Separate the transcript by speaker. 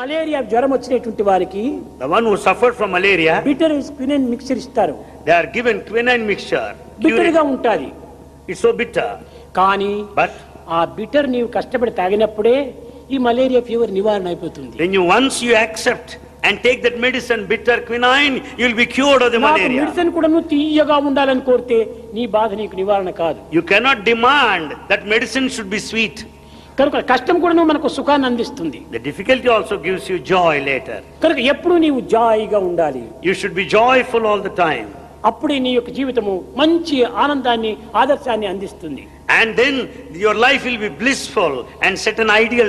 Speaker 1: Malaria జ్వరం వచ్చినటువంటి వారికి
Speaker 2: The one who suffered from malaria,
Speaker 1: bitter quinine mixture ఇస్తారు
Speaker 2: they are given quinine mixture.
Speaker 1: Bitter గా
Speaker 2: Cure it.
Speaker 1: ఉంటుంది
Speaker 2: It's so bitter.
Speaker 1: కానీ
Speaker 2: But
Speaker 1: ఆ బిటర్ నీవు కష్టపడి తాగినప్పుడే ఈ మలేరియా ఫీవర్ నివారణ అయిపోతుంది
Speaker 2: when you once you accept and take that medicine, bitter quinine, you'll be cured of the
Speaker 1: నాకు
Speaker 2: malaria.
Speaker 1: మెడిసిన్ కూడా నువ్వు తీయగా ఉండాలని కోరితే నీ బాధ నీకు నివారణ కాదు
Speaker 2: You cannot demand that medicine should be sweet.
Speaker 1: కనుక కష్టం కూడా మనకు సుఖాన్ని అందిస్తుంది
Speaker 2: The difficulty also gives you joy later.
Speaker 1: కనుక ఎప్పుడు నీవు జాయిగా ఉండాలి
Speaker 2: You should be joyful all the time.
Speaker 1: అప్పుడే నీ యొక్క జీవితము మంచి ఆనందాన్ని ఆదర్శాన్ని అందిస్తుంది
Speaker 2: And then your life will be blissful and set an ideal